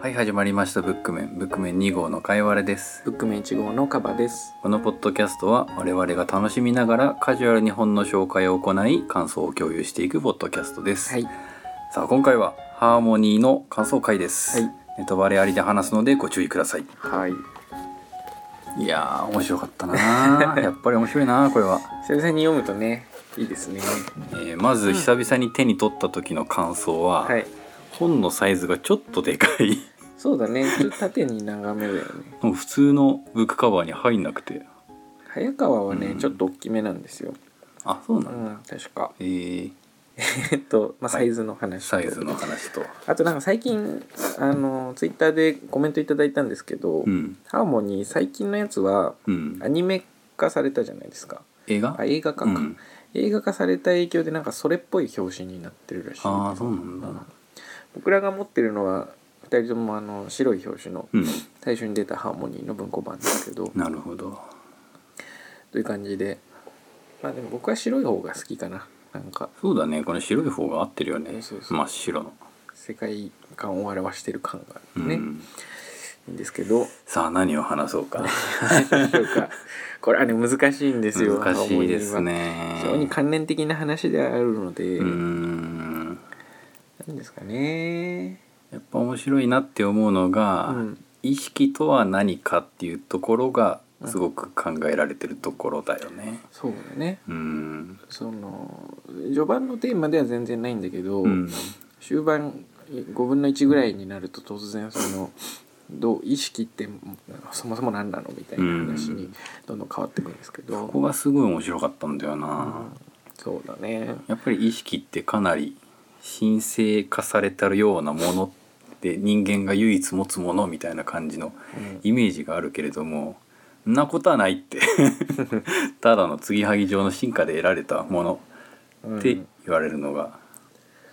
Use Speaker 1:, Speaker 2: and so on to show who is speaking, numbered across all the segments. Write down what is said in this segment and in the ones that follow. Speaker 1: はい始まりましたブックメンブックメン2号のかいわれです
Speaker 2: ブックメン1号のカバです。
Speaker 1: このポッドキャストは我々が楽しみながらカジュアルに本の紹介を行い感想を共有していくポッドキャストです、
Speaker 2: はい。
Speaker 1: さあ今回はハーモニーの感想会です、
Speaker 2: はい
Speaker 1: ネタバレありで話すのでご注意ください
Speaker 2: はい。
Speaker 1: いやー面白かったなー やっぱり面白いなーこれは、
Speaker 2: 久々に読むとね、いいですね。
Speaker 1: えーまず久々に手に取った時の感想は、
Speaker 2: はい。
Speaker 1: 本のサイズがちょっとでかい
Speaker 2: そうだね。ちょっと縦に長めだよね。
Speaker 1: もう普通のブックカバーに入んなくて
Speaker 2: 早川はね、
Speaker 1: うん
Speaker 2: ちょっと大きめなんですよ。
Speaker 1: あそう
Speaker 2: う
Speaker 1: なんだ、
Speaker 2: ん、確か。
Speaker 1: えー、
Speaker 2: えっと、まあ、
Speaker 1: は
Speaker 2: サ
Speaker 1: い
Speaker 2: イズの話と、
Speaker 1: サイズの話と
Speaker 2: あとなんか最近、あの、ツイッターでコメントいただいたんですけど、
Speaker 1: うん
Speaker 2: ハーモニー最近のやつは
Speaker 1: うん
Speaker 2: アニメ化されたじゃないですか。
Speaker 1: 映画
Speaker 2: あ、映画化か。
Speaker 1: うん、
Speaker 2: 映画化された影響でなんかそれっぽい表紙になってるらしい。
Speaker 1: ああそうなんだ
Speaker 2: 僕らが持ってるのは2人ともあの白い表紙の
Speaker 1: うん
Speaker 2: 最初に出たハーモニーの文庫版ですけど
Speaker 1: なるほど
Speaker 2: という感じでまあでも僕は白い方が好きかななんか
Speaker 1: そうだねこの白い方が合ってるよね
Speaker 2: そうそう
Speaker 1: 真っ白の、
Speaker 2: 世界観を表してる感があ
Speaker 1: う
Speaker 2: る
Speaker 1: ん
Speaker 2: ね、いいんですけど
Speaker 1: さあ何を話そうか
Speaker 2: どうか これはね難しいんですよ
Speaker 1: 難しいですね
Speaker 2: ハーモニーは非常に関連的な話であるので、
Speaker 1: うーん
Speaker 2: なんですかね
Speaker 1: やっぱ面白いなって思うのが、
Speaker 2: うん
Speaker 1: 意識とは何かっていうところがすごく考えられてるところだよね
Speaker 2: そうだね
Speaker 1: うん
Speaker 2: その序盤のテーマでは全然ないんだけど、
Speaker 1: うん
Speaker 2: 終盤5分の1ぐらいになると突然そのどう意識ってそもそも何なのみたいな話
Speaker 1: う
Speaker 2: に
Speaker 1: ん
Speaker 2: どんどん変わっていくんですけど、
Speaker 1: ここがすごい面白かったんだよな、
Speaker 2: そうだね
Speaker 1: やっぱり意識ってかなり神聖化されたようなもので人間が唯一持つものみたいな感じの
Speaker 2: うん
Speaker 1: イメージがあるけれどもんなことはないって ただの継ぎはぎ上の進化で得られたもの
Speaker 2: うん
Speaker 1: って言われるのが、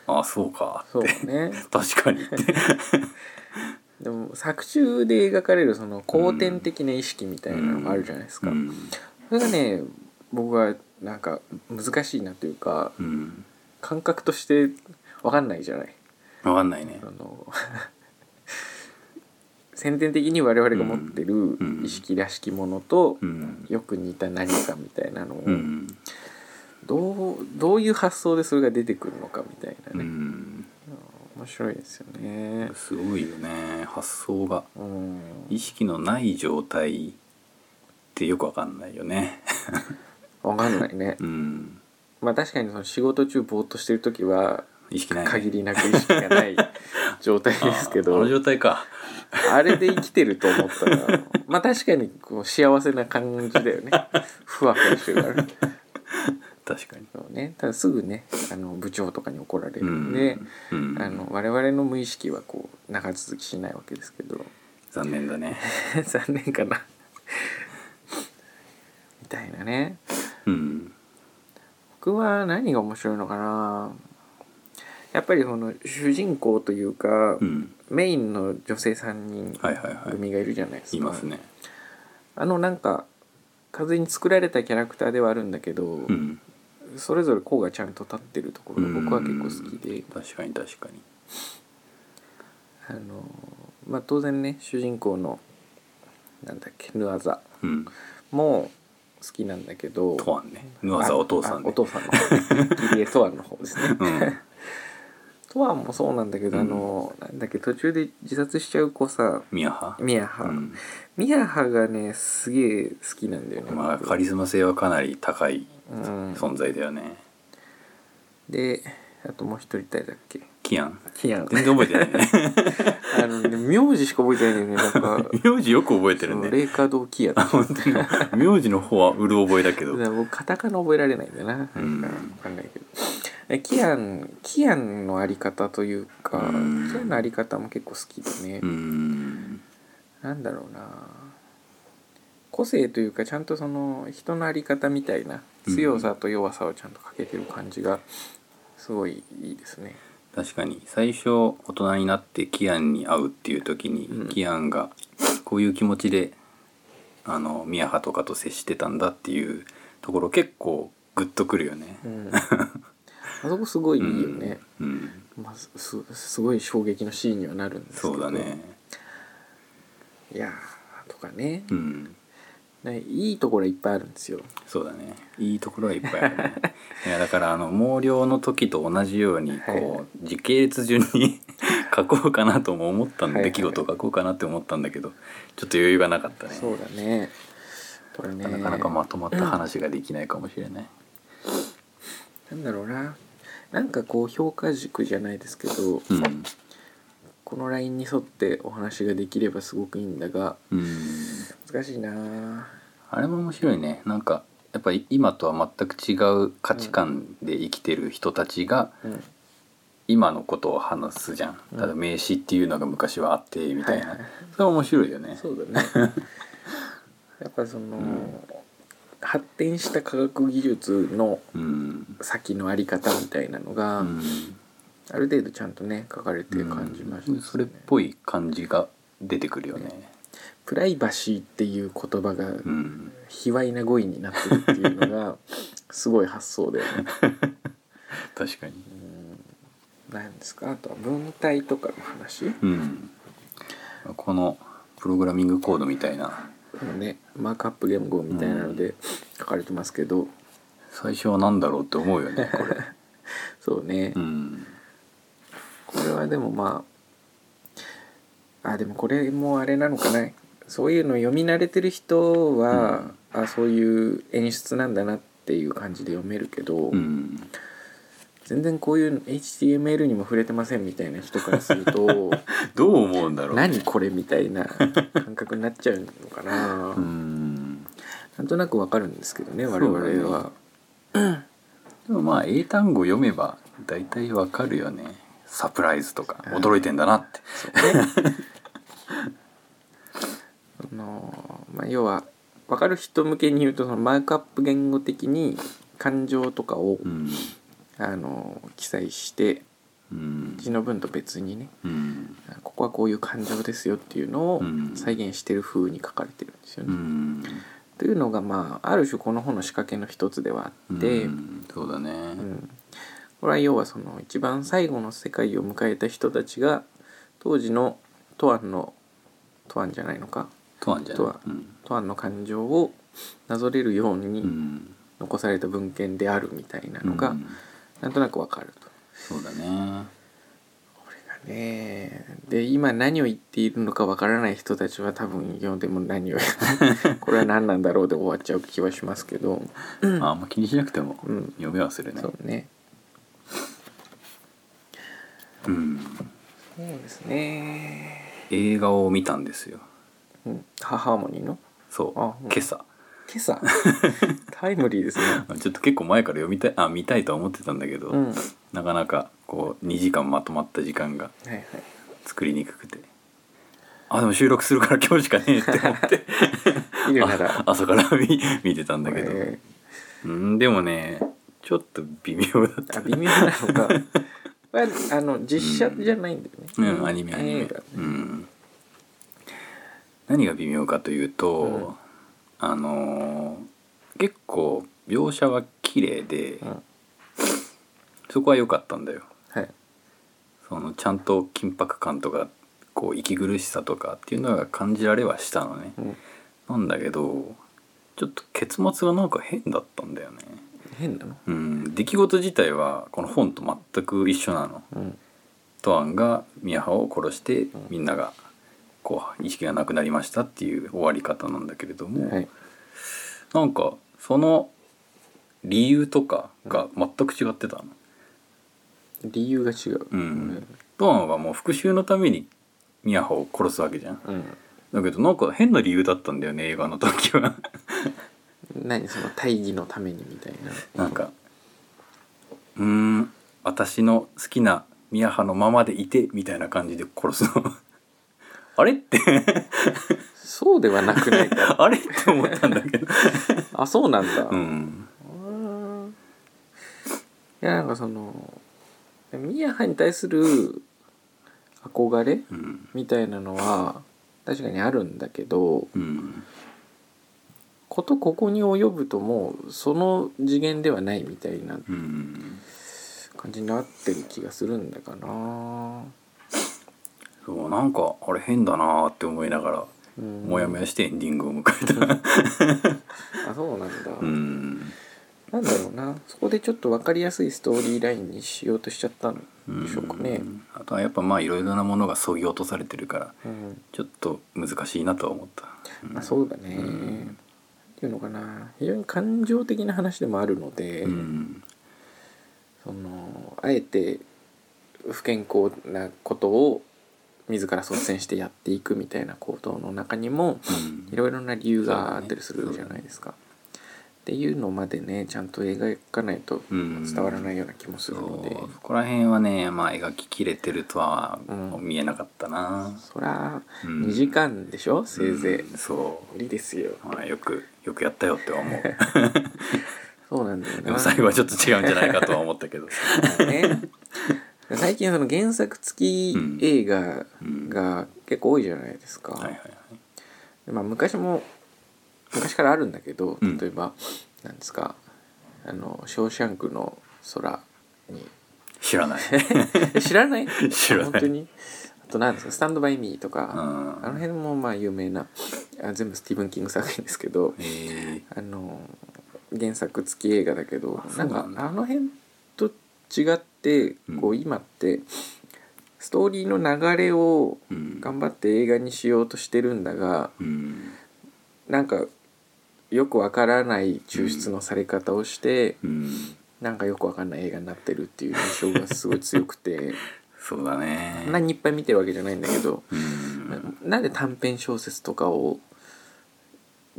Speaker 1: ああそうか
Speaker 2: そうだね
Speaker 1: 確かにって
Speaker 2: でも作中で描かれるその後天的な意識みたいなのがあるじゃないです
Speaker 1: う
Speaker 2: か、
Speaker 1: ん、
Speaker 2: それがね僕はなんか難しいなというか
Speaker 1: うん、
Speaker 2: 感覚として分かんないじゃない
Speaker 1: 分かんないね
Speaker 2: あの先天的に我々が持ってる
Speaker 1: うん
Speaker 2: 意識らしきものと
Speaker 1: うん
Speaker 2: よく似た何かみたいなのを
Speaker 1: うん、
Speaker 2: どうどういう発想でそれが出てくるのかみたいうなね
Speaker 1: ん、
Speaker 2: 面白いですよね。
Speaker 1: すごいよね発想が
Speaker 2: うん、
Speaker 1: 意識のない状態ってよく分かんないよね
Speaker 2: わかんないね
Speaker 1: う。ん
Speaker 2: まあ確かにその仕事中ぼーっとしてる時は
Speaker 1: 意識ないね、
Speaker 2: 限りなく意識がない 状態ですけ
Speaker 1: ああの
Speaker 2: ど
Speaker 1: 状態か
Speaker 2: あれで生きてると思ったらまあ確かにこう幸せな感じだよ ねふわふわしてるから。
Speaker 1: 確かに
Speaker 2: そうね、ただすぐねあの部長とかに怒られるんで、
Speaker 1: うんうん
Speaker 2: あの我々の無意識はこう長続きしないわけですけど
Speaker 1: 残念だね
Speaker 2: 残念かな みたいなね
Speaker 1: うん
Speaker 2: 僕は何が面白いのかなやっぱりその主人公というか、
Speaker 1: うん
Speaker 2: メインの女性3人
Speaker 1: はいはいはい
Speaker 2: 組がいるじゃないですか、
Speaker 1: いますね
Speaker 2: あのなんか風に作られたキャラクターではあるんだけど、
Speaker 1: うん
Speaker 2: それぞれこうがちゃんと立ってるところが僕は結構好きで。
Speaker 1: 確かに確かに
Speaker 2: あのまあ当然ね主人公のなんだっけヌアザ
Speaker 1: うん
Speaker 2: も好きなんだけど
Speaker 1: トワンねヌアザお父さん
Speaker 2: ああお
Speaker 1: ね
Speaker 2: 父さんの方キリエトワンの方ですね
Speaker 1: うん
Speaker 2: トワンもそうなんだけど、
Speaker 1: うん
Speaker 2: あのなんだっけ途中で自殺しちゃう子さ
Speaker 1: ミヤハ
Speaker 2: ミヤハ、
Speaker 1: うん
Speaker 2: ミヤハがねすげえ好きなんだよね、
Speaker 1: まあ
Speaker 2: 僕
Speaker 1: カリスマ性はかなり高い
Speaker 2: うん、
Speaker 1: 存在だよね
Speaker 2: であともう一人誰だっけ
Speaker 1: キアン
Speaker 2: キアン
Speaker 1: 全然覚えて ないね
Speaker 2: あのね名字しか覚えてないんだよねな んか
Speaker 1: 名字よく覚えてる
Speaker 2: そう
Speaker 1: ね
Speaker 2: レイカードキアだ
Speaker 1: 本当に 名字の方はうる覚えだ けど
Speaker 2: だから僕カタカナ覚えられないんだよな、
Speaker 1: うん
Speaker 2: なんか分かんないけどえキアンキアンのあり方というか、
Speaker 1: うん
Speaker 2: キアンのあり方も結構好きでね、
Speaker 1: うん
Speaker 2: なんだろうな個性というかちゃんとその人のあり方みたいな
Speaker 1: うん
Speaker 2: 強さと弱さをちゃんとかけてる感じがすごいいいですね。
Speaker 1: 確かに最初大人になってキアンに会うっていう時に、
Speaker 2: うん
Speaker 1: キアンがこういう気持ちであの宮葉と かと接してたんだっていうところ結構グッとくるよね。
Speaker 2: うん、あそこすごいいいよね、
Speaker 1: うん、うん
Speaker 2: まあ、すすすごい衝撃のシーンにはなるんですけど
Speaker 1: そうだね
Speaker 2: いやーとかね、
Speaker 1: うん
Speaker 2: ねいいところいっぱいあるんですよ
Speaker 1: そうだねいいところはいっぱいあ るねいやだからあの毛量の時と同じように
Speaker 2: は
Speaker 1: こう時系列順に 書こうかなとも思ったん
Speaker 2: はい
Speaker 1: だ
Speaker 2: はい
Speaker 1: 出来事を書こうかなって思ったんだけどちょっと余裕がなかったね
Speaker 2: そうだねこれね
Speaker 1: なかなかまとまった話ができないかもしれない
Speaker 2: なんだろうななんかこう評価軸じゃないですけど、
Speaker 1: うん
Speaker 2: このラインに沿ってお話ができればすごくいいんだが
Speaker 1: うん
Speaker 2: 難しいな
Speaker 1: あれも面白いねなんかやっぱり今とは全く違う価値観で生きてる人たちが
Speaker 2: うん
Speaker 1: 今のことを話すじゃん、
Speaker 2: うん
Speaker 1: ただ名詞っていうのが昔はあってみたいな、
Speaker 2: はいはい
Speaker 1: それは面白いよね
Speaker 2: そう だねやっぱその、
Speaker 1: ん
Speaker 2: 発展した科学技術の
Speaker 1: うん
Speaker 2: 先のあり方みたいなのが、
Speaker 1: うん
Speaker 2: ある程度ちゃんとね書かれて感じました、ね
Speaker 1: うんそれっぽい感じが出てくるよね
Speaker 2: プライバシーっていう言葉が
Speaker 1: うん
Speaker 2: 卑猥な語彙になってるっていう のがすごい発想だよね。
Speaker 1: 確かに
Speaker 2: なんですかあとは文体とかの話
Speaker 1: うんこのプログラミングコードみたいな
Speaker 2: ねマークアップ言語みたいなので書かれてますけど、
Speaker 1: 最初は何だろうって思うよね これ
Speaker 2: そうね、
Speaker 1: うん
Speaker 2: これはでもまああでもこれもあれなのかなそういうの読み慣れてる人は、あそういう演出なんだなっていう感じで読めるけど、
Speaker 1: うん
Speaker 2: 全然こういう HTML にも触れてませんみたいな人からする と
Speaker 1: どう思うんだろう
Speaker 2: 何これみたいな感覚になっちゃ うのかな、
Speaker 1: うん
Speaker 2: なんとなくわかるんですけどね
Speaker 1: そう
Speaker 2: 我
Speaker 1: だね
Speaker 2: 々は
Speaker 1: でもまあ英単語読めば大体わかるよねサプライズとか
Speaker 2: うん
Speaker 1: 驚いてんだなって
Speaker 2: あのまあ、要はわかる人向けに言うとそのマークアップ言語的に感情とかを、
Speaker 1: うん
Speaker 2: あの記載して
Speaker 1: うん
Speaker 2: うちの文と別にね
Speaker 1: うん
Speaker 2: ここはこういう感情ですよっていうのを
Speaker 1: うん
Speaker 2: 再現してる風に書かれてるんですよ
Speaker 1: う
Speaker 2: ね。
Speaker 1: ん
Speaker 2: というのがまあある種この本の仕掛けの一つではあって、
Speaker 1: う
Speaker 2: うん
Speaker 1: んそうだね
Speaker 2: これは要はその一番最後の世界を迎えた人たちが当時のトアンのトアンじゃないのか
Speaker 1: とはんじゃ
Speaker 2: と
Speaker 1: ない
Speaker 2: は
Speaker 1: うん
Speaker 2: トアンの感情をなぞれるよう
Speaker 1: う
Speaker 2: に
Speaker 1: ん
Speaker 2: 残された文献であるみたいなのが、
Speaker 1: うん
Speaker 2: なんとなくわかると。
Speaker 1: そうだね
Speaker 2: これがねで今何を言っているのかわからない人たちは多分読んでも 何をこれは何なんだろうで終わっちゃう気はしますけど、
Speaker 1: ああんま気にしなくても
Speaker 2: うん、
Speaker 1: 読めはするね
Speaker 2: そうね
Speaker 1: うん
Speaker 2: そうですね、
Speaker 1: 映画を見たんですよ
Speaker 2: うん、ハハーモニーの
Speaker 1: そう
Speaker 2: あうん
Speaker 1: 今朝
Speaker 2: 今朝タイムリーですね
Speaker 1: ちょっと結構前から読みたいあ見たいとは思ってたんだけど、
Speaker 2: うんはい
Speaker 1: なかなかこう2時間まとまった時間が
Speaker 2: はい
Speaker 1: 作りにくくてあでも収録するから今日しかねえって思って
Speaker 2: 見る な
Speaker 1: あ
Speaker 2: ら
Speaker 1: 朝から見見てたんだけど、
Speaker 2: え
Speaker 1: うんでもねちょっと微妙だっ
Speaker 2: ー
Speaker 1: た
Speaker 2: あ、微妙なの がこれはあの実写じゃないんだよね、
Speaker 1: うん、アニメアニメ、
Speaker 2: 映画
Speaker 1: うん、何が微妙かというと、
Speaker 2: うん
Speaker 1: あのー結構描写は綺麗で、
Speaker 2: うん
Speaker 1: そこは良かったんだよ
Speaker 2: はい
Speaker 1: そのちゃんと緊迫感とかこう息苦しさとかっていうのが感じられはしたのね、
Speaker 2: うん
Speaker 1: なんだけどちょっと結末がなんか変だったんだよね
Speaker 2: 変なの
Speaker 1: うん出来事自体はこの本と全く一緒なの
Speaker 2: うん
Speaker 1: トアンが宮葉を殺して
Speaker 2: ん
Speaker 1: みんながこう意識がなくなりましたっていう終わり方なんだけれども、
Speaker 2: はい
Speaker 1: なんかその理由とかが全く違ってたの。
Speaker 2: 理由が違う
Speaker 1: うんトアンはもう復讐のために宮葉を殺すわけじゃん。
Speaker 2: うん、
Speaker 1: だけどなんか変な理由だったんだよね映画の時は。
Speaker 2: 何その大義のためにみたいな
Speaker 1: なんかうーん私の好きな宮葉のままでいてみたいな感じで殺すの。 あれ って
Speaker 2: そうではなくない か
Speaker 1: あれって思ったんだけど。
Speaker 2: あそうなんだ、
Speaker 1: うん
Speaker 2: うんいやなんかその宮ハに対する憧れ
Speaker 1: うん
Speaker 2: みたいなのは確かにあるんだけど
Speaker 1: うん
Speaker 2: ことここに及ぶともうその次元ではないみたいな
Speaker 1: うん
Speaker 2: 感じになってる気がするんだかな、
Speaker 1: そうなんかあれ変だなーって思いながら
Speaker 2: うん、
Speaker 1: モヤモヤしてエンディングを迎えた
Speaker 2: あそうなんだ、
Speaker 1: うん
Speaker 2: なんだろうなそこでちょっと分かりやすいストーリーラインにしようとしちゃったんでしょうかね
Speaker 1: んあとはやっぱまあいろいろなものが削ぎ落とされてるから
Speaker 2: うん、
Speaker 1: ちょっと難しいなとは思った、
Speaker 2: まあ、そうだね、っていうのかな非常に感情的な話でもあるので、
Speaker 1: うん
Speaker 2: そのあえて不健康なことを自ら率先してやっていくみたいな行動の中にも
Speaker 1: うん
Speaker 2: いろいろな理由があったりするじゃないですか。っていうのまでねちゃんと描かないと
Speaker 1: うん
Speaker 2: 伝わらないような気もするので、
Speaker 1: そうそこら辺はね、まあ、描ききれてるとは
Speaker 2: うん
Speaker 1: 見えなかったな、
Speaker 2: そら
Speaker 1: うん
Speaker 2: 2時間でしょ、せいぜい。
Speaker 1: そ
Speaker 2: 無理ですよ
Speaker 1: う、まあ、よくよくやったよっては 思う
Speaker 2: そうなんだよ
Speaker 1: で
Speaker 2: な
Speaker 1: も最後はちょっと違うんじゃないかとは思ったけど
Speaker 2: ね 最近その原作付き映画が結構多いじゃないですか、
Speaker 1: はいはいはい
Speaker 2: まあ、昔も昔からあるんだけど
Speaker 1: うん
Speaker 2: 例えば、なんですか「あのショーシャンクの空に
Speaker 1: 知らない」
Speaker 2: え 知らない
Speaker 1: 知らない
Speaker 2: 本当にあと何ですか「スタンド・バイ・ミー」と
Speaker 1: う
Speaker 2: か、
Speaker 1: ん
Speaker 2: あの辺もまあ有名なあ全部スティーブン・キング作品ですけど
Speaker 1: えー
Speaker 2: あの原作付き映画だけど
Speaker 1: あ
Speaker 2: な
Speaker 1: そうん
Speaker 2: か
Speaker 1: なんだ
Speaker 2: あの辺と違って
Speaker 1: う
Speaker 2: こうん今ってストーリーの流れを
Speaker 1: うん
Speaker 2: 頑張って映画にしようとしてるんだが
Speaker 1: うん
Speaker 2: なんかよくわからない抽出のされ方をして
Speaker 1: うん
Speaker 2: なんかよくわかんない映画になってるっていう印象がすごい強 くて
Speaker 1: そうだね
Speaker 2: そんなにいっぱい見てるわけじゃないんだけど
Speaker 1: うん
Speaker 2: なんで短編小説とかを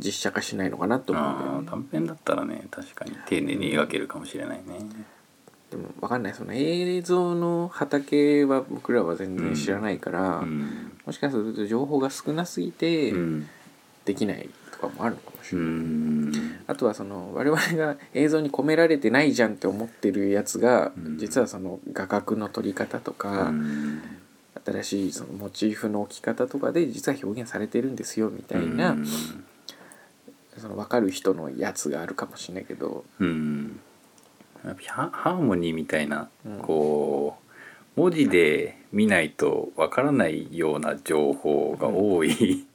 Speaker 2: 実写化しないのかなと思うんだよ
Speaker 1: あ
Speaker 2: ね
Speaker 1: ー短編だったらね確かに丁寧に描けるかもしれないね
Speaker 2: でもわかんないその映像の畑は僕らは全然知らないから、
Speaker 1: うん
Speaker 2: もしかすると情報が少なすぎて
Speaker 1: うん
Speaker 2: できないとかもあるのかもし
Speaker 1: う
Speaker 2: れない、
Speaker 1: ん
Speaker 2: あとはその我々が映像に込められてないじゃんって思ってるやつが、
Speaker 1: うん
Speaker 2: 実はその画角の撮り方と
Speaker 1: う
Speaker 2: か、
Speaker 1: ん
Speaker 2: 新しいそのモチーフの置き方とかで実は表現されてるんですよみたいな、
Speaker 1: うん
Speaker 2: その分かる人のやつがあるかもしれないけど、
Speaker 1: うんやっぱハハーモニーみたいな、
Speaker 2: うん
Speaker 1: こう文字で見ないとわからないような情報が多い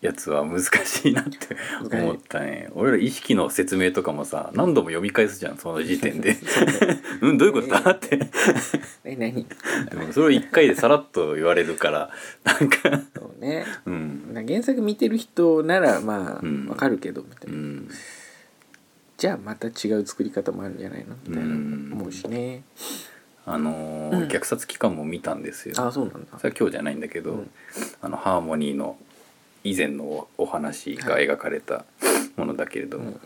Speaker 1: やつは難しいなって
Speaker 2: 難しい
Speaker 1: 思ったね俺ら意識の説明とかもさ何度も読み返すじゃんその時点で うんどういうことだって
Speaker 2: え何
Speaker 1: でもそれを一回でさらっと言われるからなんか
Speaker 2: そうね
Speaker 1: うん
Speaker 2: 原作見てる人ならまあ
Speaker 1: うん
Speaker 2: 分かるけどみたいな。
Speaker 1: うん
Speaker 2: じゃあまた違う作り方もあるんじゃないのみたいな思うしね、
Speaker 1: あのー
Speaker 2: うん
Speaker 1: 虐殺期間も見たんですよ
Speaker 2: ああそうなんだ
Speaker 1: それは今日じゃないんだけど、
Speaker 2: うん
Speaker 1: あのハーモニーの以前のおお話が描かれたものだけれども、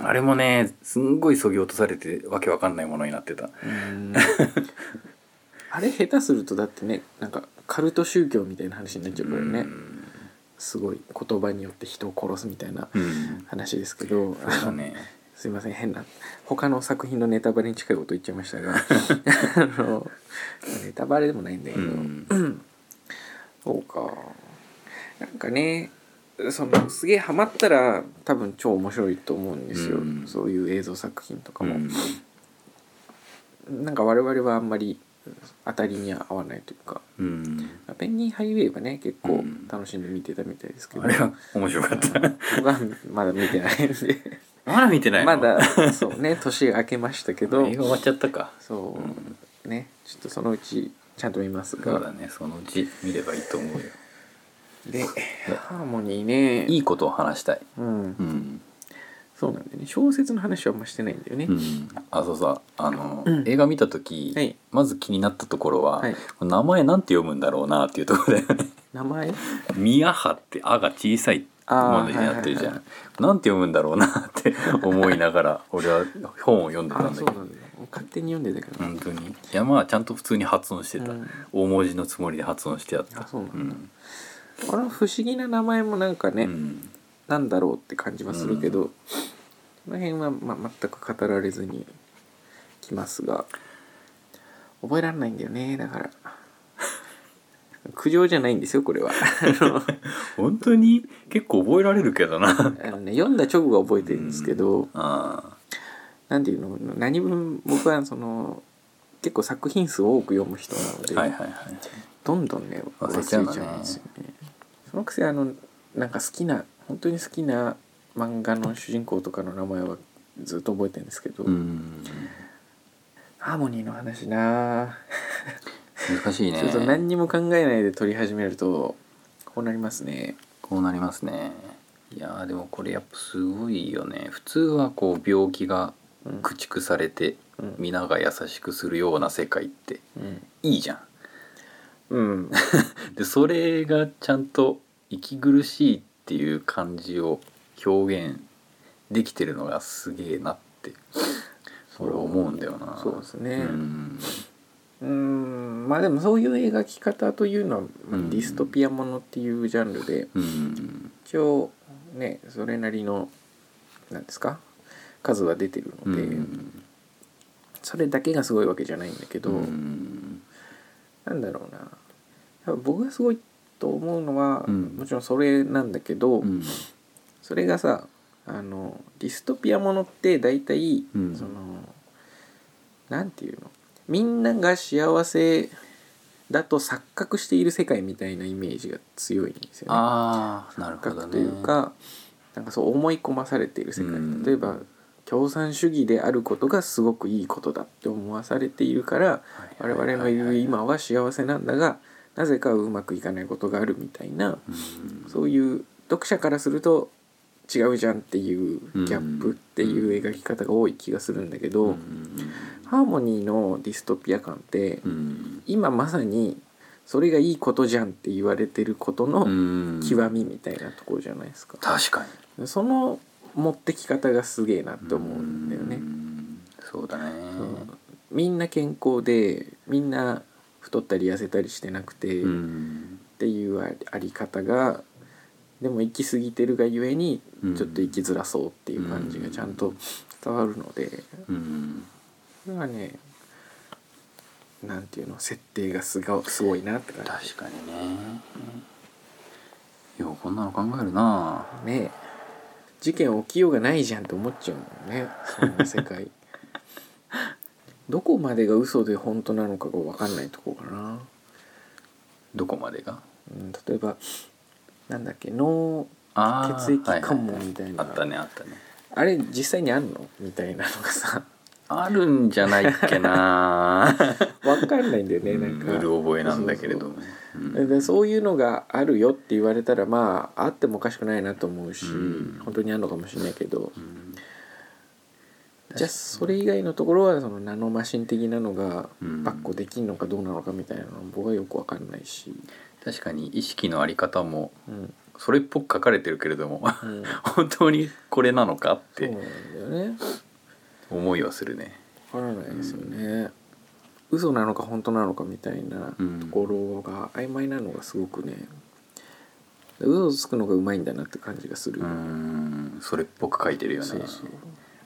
Speaker 2: うん
Speaker 1: あれもねすんごいそぎ落とされてわけわかんないものになってた
Speaker 2: うーんあれ下手するとだってねなんかカルト宗教みたいな話になっちゃうからね、
Speaker 1: うん
Speaker 2: すごい言葉によって人を殺すみたいな
Speaker 1: うん
Speaker 2: 話ですけど、
Speaker 1: そうだね
Speaker 2: すいません変な他の作品のネタバレに近いこと言っちゃい ましたがあのネタバレでもないんだけ
Speaker 1: う
Speaker 2: ど、
Speaker 1: ん
Speaker 2: そうかなんかねそのすげえハマったら多分超面白いと思うんですよ、
Speaker 1: うん
Speaker 2: そういう映像作品とか
Speaker 1: う
Speaker 2: も、
Speaker 1: ん
Speaker 2: なんか我々はあんまり当たりには合わないというか
Speaker 1: うん
Speaker 2: ペンギンハイウェイはね結
Speaker 1: う
Speaker 2: 構
Speaker 1: ん
Speaker 2: 楽しんで見てたみたいですけど、
Speaker 1: あれは面白かった
Speaker 2: 僕はまだ見てないんで
Speaker 1: まだ見 てないの
Speaker 2: まだそうね年明けましたけど
Speaker 1: 映画終わっちゃったか
Speaker 2: そ
Speaker 1: う
Speaker 2: う
Speaker 1: ん、
Speaker 2: ねちょっとそのうちちゃんと見ます
Speaker 1: そうだ
Speaker 2: が
Speaker 1: ねそのうち見ればいいと思うよ
Speaker 2: でハーモニーね
Speaker 1: いいことを話したい
Speaker 2: うん
Speaker 1: うん
Speaker 2: そうなんだよね小説の話はあんましてないんだよね、
Speaker 1: うん、あそうさあの、
Speaker 2: うん
Speaker 1: 映画見た時、
Speaker 2: はい
Speaker 1: まず気になったところは、
Speaker 2: はい
Speaker 1: 名前なんて読むんだろうなっていうところで
Speaker 2: 名前
Speaker 1: 宮葉って「あ」が小さいものになってるじゃん、
Speaker 2: あーはいはいは
Speaker 1: なんて読むんだろうなって 思いながら俺は本を読んでた
Speaker 2: あ
Speaker 1: んだ
Speaker 2: そ
Speaker 1: け
Speaker 2: う
Speaker 1: ど
Speaker 2: なんだ勝手に読んでたけど、
Speaker 1: 本当に山はちゃんと普通に発音してた、
Speaker 2: うん
Speaker 1: 大文字のつもりで発音してあった
Speaker 2: あそうなんだあの不思議な名前もなんかね、
Speaker 1: うん
Speaker 2: なんだろうって感じはするけど、その辺は、まあ、全く語られずにきますが覚えられないんだよねだから苦情じゃないんですよこれはあの
Speaker 1: 本当に結構覚えられるけどな
Speaker 2: あのね読んだ直後は覚えてるんですけど
Speaker 1: あ
Speaker 2: なんていうの何分僕はその結構作品数多く読む人なので、
Speaker 1: はいはいはい
Speaker 2: どんどんね
Speaker 1: 忘れちゃうのね
Speaker 2: んですよねそのくせあのなんか好きな本当に好きな漫画の主人公とかの名前はずっと覚えてるんですけど、
Speaker 1: うん
Speaker 2: ハーモニーの話な
Speaker 1: 難しい
Speaker 2: あ、
Speaker 1: ね
Speaker 2: ちょっと何にも考えないで撮り始めるとこうなりますね
Speaker 1: こうなりますねいやーでもこれやっぱすごいよね普通はこう病気が
Speaker 2: うん
Speaker 1: 駆逐されて
Speaker 2: うん
Speaker 1: 皆が優しくするような世界って
Speaker 2: うん、
Speaker 1: いいじゃ
Speaker 2: うん、
Speaker 1: んでそれがちゃんと息苦しいっていう感じを表現できてるのがすげえなって俺は思うんだよな
Speaker 2: そうですね
Speaker 1: うん
Speaker 2: うーんまあでもそういう描き方というのは、まあ
Speaker 1: うん
Speaker 2: ディストピアものっていうジャンルで
Speaker 1: うん
Speaker 2: 一応ねそれなりのなんですか数は出てる
Speaker 1: う
Speaker 2: ので、
Speaker 1: ん
Speaker 2: それだけがすごいわけじゃないんだけど、
Speaker 1: うん
Speaker 2: なんだろうな多分僕がすごいと思うのは、
Speaker 1: うん
Speaker 2: もちろんそれなんだけど、
Speaker 1: うん
Speaker 2: それがさあのディストピアものって大体、
Speaker 1: うん
Speaker 2: そのなんていうのみんなが幸せだと錯覚している世界みたいなイメージが強いんですよね。
Speaker 1: ああなる
Speaker 2: 錯
Speaker 1: ほど
Speaker 2: 覚
Speaker 1: ね
Speaker 2: というかなんかそう思い込まされている世界、
Speaker 1: うん
Speaker 2: 例えば共産主義であることがすごくいいことだって思わされているから
Speaker 1: はい
Speaker 2: 我
Speaker 1: はいはい
Speaker 2: 々の言う今は幸せなんだがなぜかうまくいかないことがあるみたいな
Speaker 1: うん
Speaker 2: そういう読者からすると違うじゃんっていうギャップっていう描き方が多い気がするんだけど、
Speaker 1: うん
Speaker 2: ハーモニーのディストピア感って
Speaker 1: うん
Speaker 2: 今まさにそれがいいことじゃんって言われてることの
Speaker 1: うん
Speaker 2: 極みみたいなところじゃないですか、
Speaker 1: 確かに
Speaker 2: その持ってき方がすげえなって思うんだよね、
Speaker 1: うんそうだね
Speaker 2: うんみんな健康でみんな太ったり痩せたりしてなくて、
Speaker 1: う
Speaker 2: っ
Speaker 1: ん
Speaker 2: ていうありあり方がでも行き過ぎてるがゆえに
Speaker 1: うん
Speaker 2: ちょっと生きづらそうっていう感じがちゃんと伝わるので
Speaker 1: うん
Speaker 2: これはねなんていうの設定がすごすごいなって感
Speaker 1: 確かにねようこんなの考えるな
Speaker 2: じね事件起きようがないじゃんって思っちゃうもんねそんな世界 どこまでが嘘で本当なのかが分かんないとこかな、
Speaker 1: どこまでが
Speaker 2: うん、例えばなんだっけ脳
Speaker 1: あー
Speaker 2: 血液
Speaker 1: はいはい
Speaker 2: 関門みたいな
Speaker 1: あったねあったね
Speaker 2: あれ実際にあんのみたいなのがさ
Speaker 1: あるんじゃないっけな
Speaker 2: 分かんないんだよ
Speaker 1: う
Speaker 2: ねなん
Speaker 1: ん
Speaker 2: か
Speaker 1: うる覚えなんだけれどもうん
Speaker 2: でそういうのがあるよって言われたらまああってもおかしくないなと思うし、
Speaker 1: うん
Speaker 2: 本当にあるのかもしれないけど
Speaker 1: うん
Speaker 2: じゃあそれ以外のところはそのナノマシン的なのが
Speaker 1: うん
Speaker 2: バッコできんのかどうなのかみたいなのも僕はよくわかんないし、
Speaker 1: 確かに意識のあり方も
Speaker 2: うん
Speaker 1: それっぽく書かれてるけれども
Speaker 2: うん、
Speaker 1: 本当にこれなのかっ
Speaker 2: そうな
Speaker 1: て
Speaker 2: んだよね
Speaker 1: 思いはするね
Speaker 2: わからないですよね、嘘なのか本当なのかみたいな
Speaker 1: うん
Speaker 2: ところが曖昧なのがすごくね嘘をつくのがうまいんだなって感じがする、
Speaker 1: うーんそれっぽく書いてるよね
Speaker 2: そうそう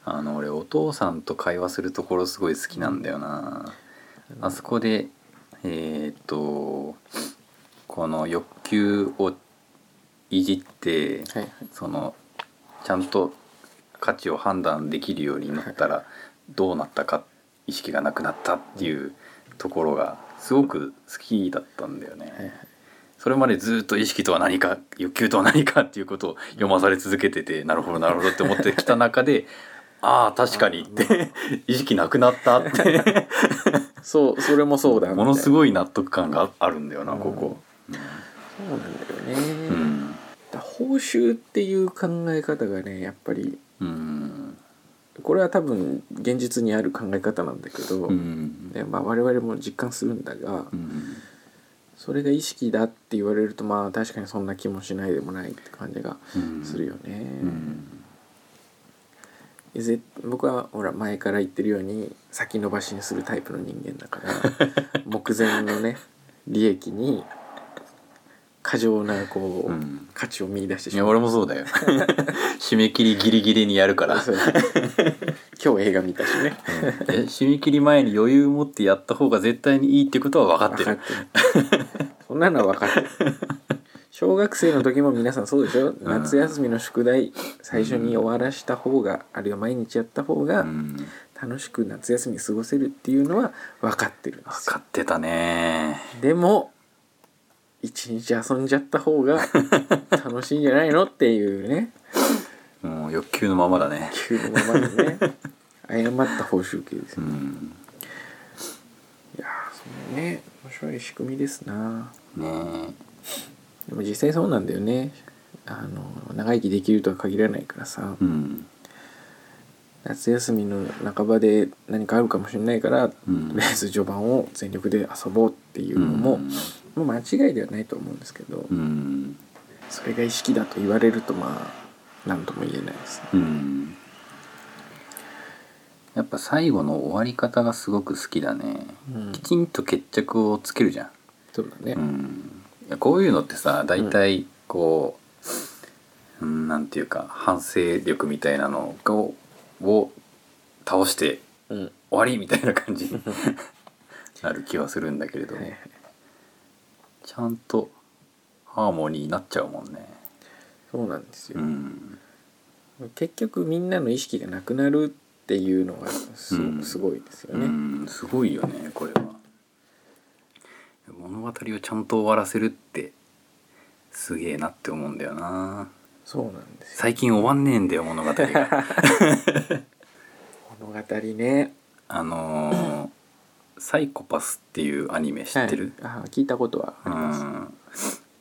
Speaker 1: あの俺お父さんと会話するところすごい好きなんだよな、あそこでえーっとこの欲求をいじって
Speaker 2: はいはい
Speaker 1: そのちゃんと価値を判断できるようになったらどうなったか意識がなくなったっていうところがすごく好きだったんだよね。
Speaker 2: はいはい
Speaker 1: それまでずっと意識とは何か欲求とは何かっていうことを読まされ続けててなるほどなるほどって思ってきた中で ああ確かにって意識なくなったって
Speaker 2: そうそれも そうだみた
Speaker 1: も
Speaker 2: いな
Speaker 1: のすごい納得感があるんだよなここ。
Speaker 2: そうなんだよね、
Speaker 1: うん
Speaker 2: だ報酬っていう考え方がねやっぱり
Speaker 1: うん
Speaker 2: これは多分現実にある考え方なんだけど、
Speaker 1: うん
Speaker 2: でまあ、我々も実感するんだが、
Speaker 1: うん
Speaker 2: それが意識だって言われるとまあ確かにそんな気もしないでもないって感じが
Speaker 1: うん
Speaker 2: するよね。
Speaker 1: うん
Speaker 2: ぜ僕はほら前から言ってるように先延ばしにするタイプの人間だから 目前のね利益に過剰なこう、
Speaker 1: うん
Speaker 2: 価値を見出して
Speaker 1: い
Speaker 2: しま
Speaker 1: や
Speaker 2: う。
Speaker 1: 俺もそうだよ 締め切りギリギリにやるから、
Speaker 2: そう今日映画見たし
Speaker 1: う
Speaker 2: ね
Speaker 1: んえ締め切り前に余裕持ってやった方が絶対にいいってことは分かってる
Speaker 2: 分かってるそんなのは分かってる小学生の時も皆さんそうでしょ、
Speaker 1: ん
Speaker 2: 夏休みの宿題最初に終わらした方が、あるいは毎日やった方
Speaker 1: う
Speaker 2: が
Speaker 1: ん、分
Speaker 2: 楽しく夏休み過ごせるっていうのは分かってるんですよ
Speaker 1: かってたね
Speaker 2: でも一日遊んじゃった方が楽しいんじゃないのっていうね
Speaker 1: もう欲求のままだね
Speaker 2: 急のままにね 誤った報酬系です
Speaker 1: う
Speaker 2: よ、
Speaker 1: ん
Speaker 2: いやーそのね面白い仕組みですな
Speaker 1: ね
Speaker 2: でも実際そうなんだよねあの長生きできるとは限らないからさ、
Speaker 1: うん
Speaker 2: 夏休みの半ばで何かあるかもしれないから、
Speaker 1: うん
Speaker 2: とりあえず序盤を全力で遊ぼうっていうのも、まあ、間違いではないと思うんですけど、
Speaker 1: うん
Speaker 2: それが意識だと言われるとまあ何とも言えないですね。
Speaker 1: うんやっぱ最後の終わり方がすごく好きだね、
Speaker 2: うん
Speaker 1: きちんと決着をつけるじゃん
Speaker 2: そうだね、
Speaker 1: うん、いやこういうのってさ大体こう、うん、なんていうか反省力みたいなのをを倒して
Speaker 2: うん
Speaker 1: 終わりみたいな感 じになる気はするんだけれど、
Speaker 2: はいはい
Speaker 1: ちゃんとハーモニーになっちゃうもんね。
Speaker 2: そうなんですよ
Speaker 1: う、ん
Speaker 2: 結局みんなの意識がなくなるっていうのがす,、
Speaker 1: うん
Speaker 2: すごいですよ
Speaker 1: う
Speaker 2: ね。
Speaker 1: ん、すごいよねこれは。物語をちゃんと終わらせるってすげえなって思うんだよな。
Speaker 2: そうなんですよ
Speaker 1: 最近終わんねえんだよ物語が。
Speaker 2: 物語ね
Speaker 1: あのーサイコパス」っていうアニメ知ってる、
Speaker 2: はい、あー聞いたことはあります。
Speaker 1: うん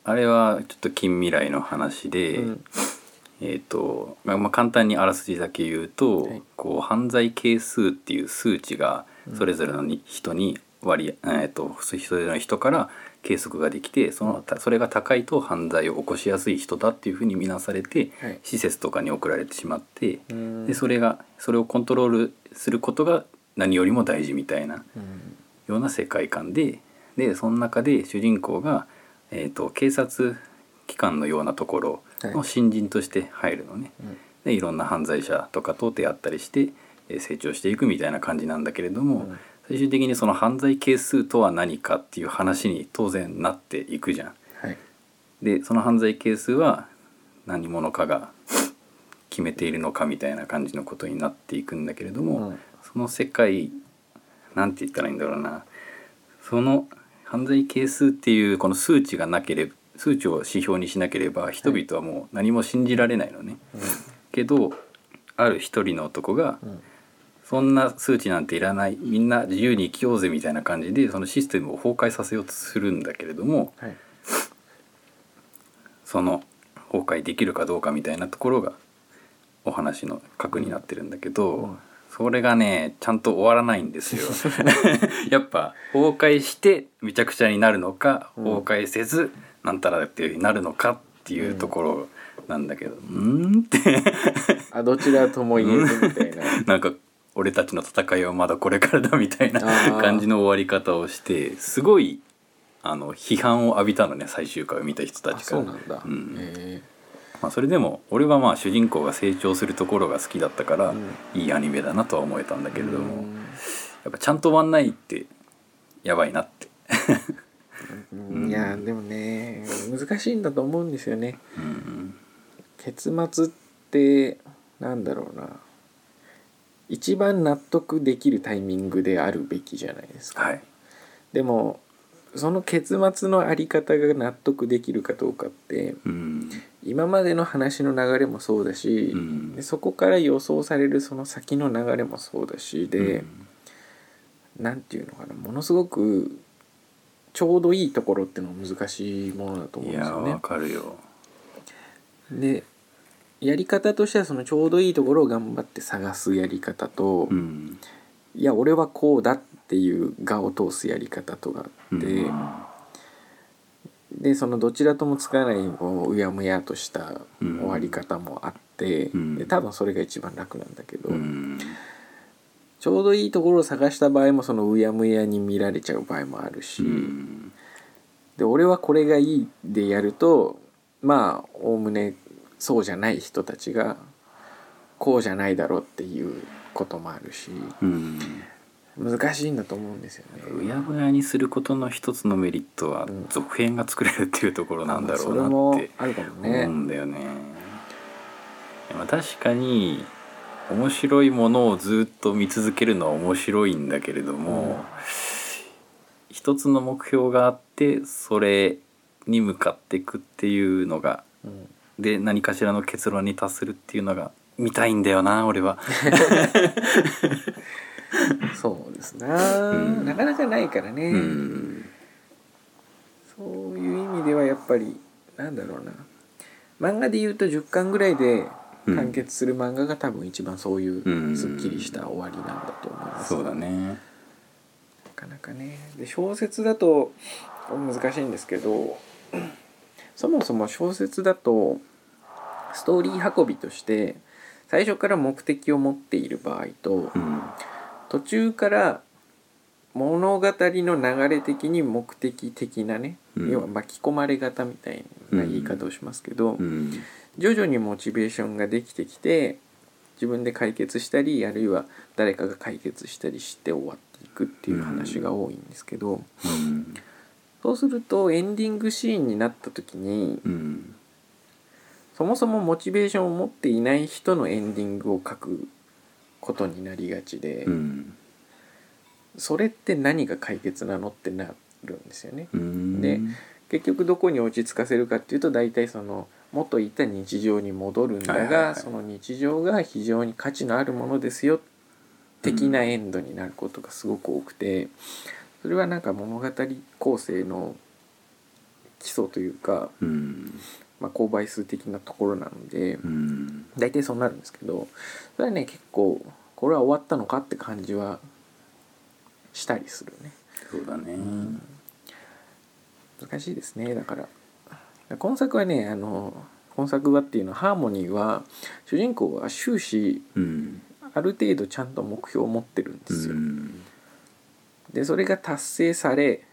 Speaker 1: あれはちょっと近未来の話で、
Speaker 2: うん
Speaker 1: えーとまあ、まあ簡単にあらすじだけ言うと、
Speaker 2: はい
Speaker 1: こう犯罪係数っていう数値が
Speaker 2: うん
Speaker 1: それぞれのに人に割合、えー、とそれぞれの人から計測ができてそのそれが高いと犯罪を起こしやすい人だっていうふうに見なされて
Speaker 2: はい
Speaker 1: 施設とかに送られてしまって、
Speaker 2: うん
Speaker 1: でそれがそれをコントロールすることが何よりも大事みたいな
Speaker 2: うん
Speaker 1: ような世界観ででその中で主人公が、えー、と警察機関のようなところの新人として入るのね、
Speaker 2: うん
Speaker 1: でいろんな犯罪者とかと出会ったりしてえー成長していくみたいな感じなんだけれども、
Speaker 2: うん
Speaker 1: 最終的にその犯罪係数とは何かっていう話に当然なっていくじゃん。
Speaker 2: はい
Speaker 1: でその犯罪係数は何者かが決めているのかみたいな感じのことになっていくんだけれども、
Speaker 2: うん
Speaker 1: その世界なんて言ったらいいんだろうなその犯罪係数っていうこの数値がなければ数値を指標にしなければ人々はもう何も信じられないのね。けどある一人の男が
Speaker 2: うんうん
Speaker 1: そんな数値なんていらないみんな自由に生きようぜみたいな感じでそのシステムを崩壊させようとするんだけれども、
Speaker 2: はい
Speaker 1: その崩壊できるかどうかみたいなところがお話の核になってるんだけど、
Speaker 2: うん
Speaker 1: それがねちゃんと終わらないんです よやっぱ崩壊してめちゃくちゃになるのか
Speaker 2: うん
Speaker 1: 崩壊せずなんたらっていうふうになるのかっていうところなんだけど、うんって
Speaker 2: あどちらとも言えずみたいな。
Speaker 1: なんか俺たちの戦いはまだこれからだみたいな
Speaker 2: あー
Speaker 1: 感じの終わり方をしてすごいあの批判を浴びたのね最終回を見た人た
Speaker 2: あ
Speaker 1: ちか
Speaker 2: そ
Speaker 1: ら
Speaker 2: う。なんだ。
Speaker 1: うん
Speaker 2: え
Speaker 1: まあ、それでも俺はまあ主人公が成長するところが好きだったから、
Speaker 2: うん
Speaker 1: いいアニメだなとは思えたんだ
Speaker 2: え
Speaker 1: けれども、
Speaker 2: うん
Speaker 1: やっぱちゃんと終わんないってやばいなって、
Speaker 2: うんいやでもね難しいんだと思うんですよね。
Speaker 1: うん
Speaker 2: 結末ってなんだろうな一番納得できるタイミングであるべきじゃないですか。
Speaker 1: はい
Speaker 2: でもその結末のあり方が納得できるかどうかって
Speaker 1: うん
Speaker 2: 今までの話の流れもそうだし、
Speaker 1: うん
Speaker 2: でそこから予想されるその先の流れもそうだしで、なんていうのかなものすごくちょうどいいところってのは難しいものだと
Speaker 1: うん
Speaker 2: 思う
Speaker 1: い
Speaker 2: んです
Speaker 1: や
Speaker 2: よ
Speaker 1: わ
Speaker 2: ね。
Speaker 1: かるよ
Speaker 2: でやり方としてはそのちょうどいいところを頑張って探すやり方と、
Speaker 1: うん
Speaker 2: いや俺はこうだっていう我を通すやり方とがあって、でそのどちらともつかないこううやむやとした
Speaker 1: うん
Speaker 2: 終わり方もあって、
Speaker 1: うん
Speaker 2: で多分それが一番楽なんだけど、
Speaker 1: うん
Speaker 2: ちょうどいいところを探した場合もそのうやむやに見られちゃう場合もあるし、
Speaker 1: うん
Speaker 2: で俺はこれがいいでやるとまあおおむねそうじゃない人たちがこうじゃないだろうっていうこともあるし
Speaker 1: うん
Speaker 2: 難しいんだと思うんですよね
Speaker 1: うやむやにすることの一つのメリットは
Speaker 2: うん
Speaker 1: 続編が作れるっていうところなんだろう
Speaker 2: まあ
Speaker 1: なって
Speaker 2: それもあるかも
Speaker 1: 思
Speaker 2: ね、
Speaker 1: うんだよね。まあ確かに面白いものをずっと見続けるのは面白いんだけれども、
Speaker 2: うん
Speaker 1: 一つの目標があってそれに向かっていくっていうのが
Speaker 2: うん
Speaker 1: で何かしらの結論に達するっていうのが見たいんだよな俺は。
Speaker 2: そうですな、
Speaker 1: うん
Speaker 2: なかなかないからね、
Speaker 1: うん
Speaker 2: そういう意味ではやっぱりなんだろうな漫画で言うと10巻ぐらいで完結する漫画が多分一番そういうすっきりした終わりなんだと思います、
Speaker 1: そうだね。
Speaker 2: なかなかねで小説だと難しいんですけど そもそも小説だとストーリー運びとして最初から目的を持っている場合と
Speaker 1: うん
Speaker 2: 途中から物語の流れ的に目的的なね、
Speaker 1: うん
Speaker 2: 要は巻き込まれ型みたいな言い方をしますけど、
Speaker 1: うん
Speaker 2: 徐々にモチベーションができてきて自分で解決したりあるいは誰かが解決したりして終わっていくっていう話が多いんですけど、
Speaker 1: うん
Speaker 2: そうするとエンディングシーンになった時に
Speaker 1: うん
Speaker 2: そもそもモチベーションを持っていない人のエンディングを書くことになりがちで、
Speaker 1: うん
Speaker 2: それって何が解決なのってなるんですよね。
Speaker 1: うん
Speaker 2: で結局どこに落ち着かせるかっていうと大体その元いた日常に戻るんだが、
Speaker 1: はいはいはい
Speaker 2: その日常が非常に価値のあるものですよ的なエンドになることがすごく多くてそれはなんか物語構成の基礎というか、
Speaker 1: うん
Speaker 2: まあ、購買数的なところなので
Speaker 1: うん
Speaker 2: 大体そうなるんですけどそれはね結構これは終わったのかって感じはしたりするね。
Speaker 1: そうだね。
Speaker 2: 難しいですねだから今作はねあの今作はっていうのはハーモニーは主人公は終始
Speaker 1: うん。
Speaker 2: ある程度ちゃんと目標を持ってるんですよ、
Speaker 1: うん
Speaker 2: でそれが達成され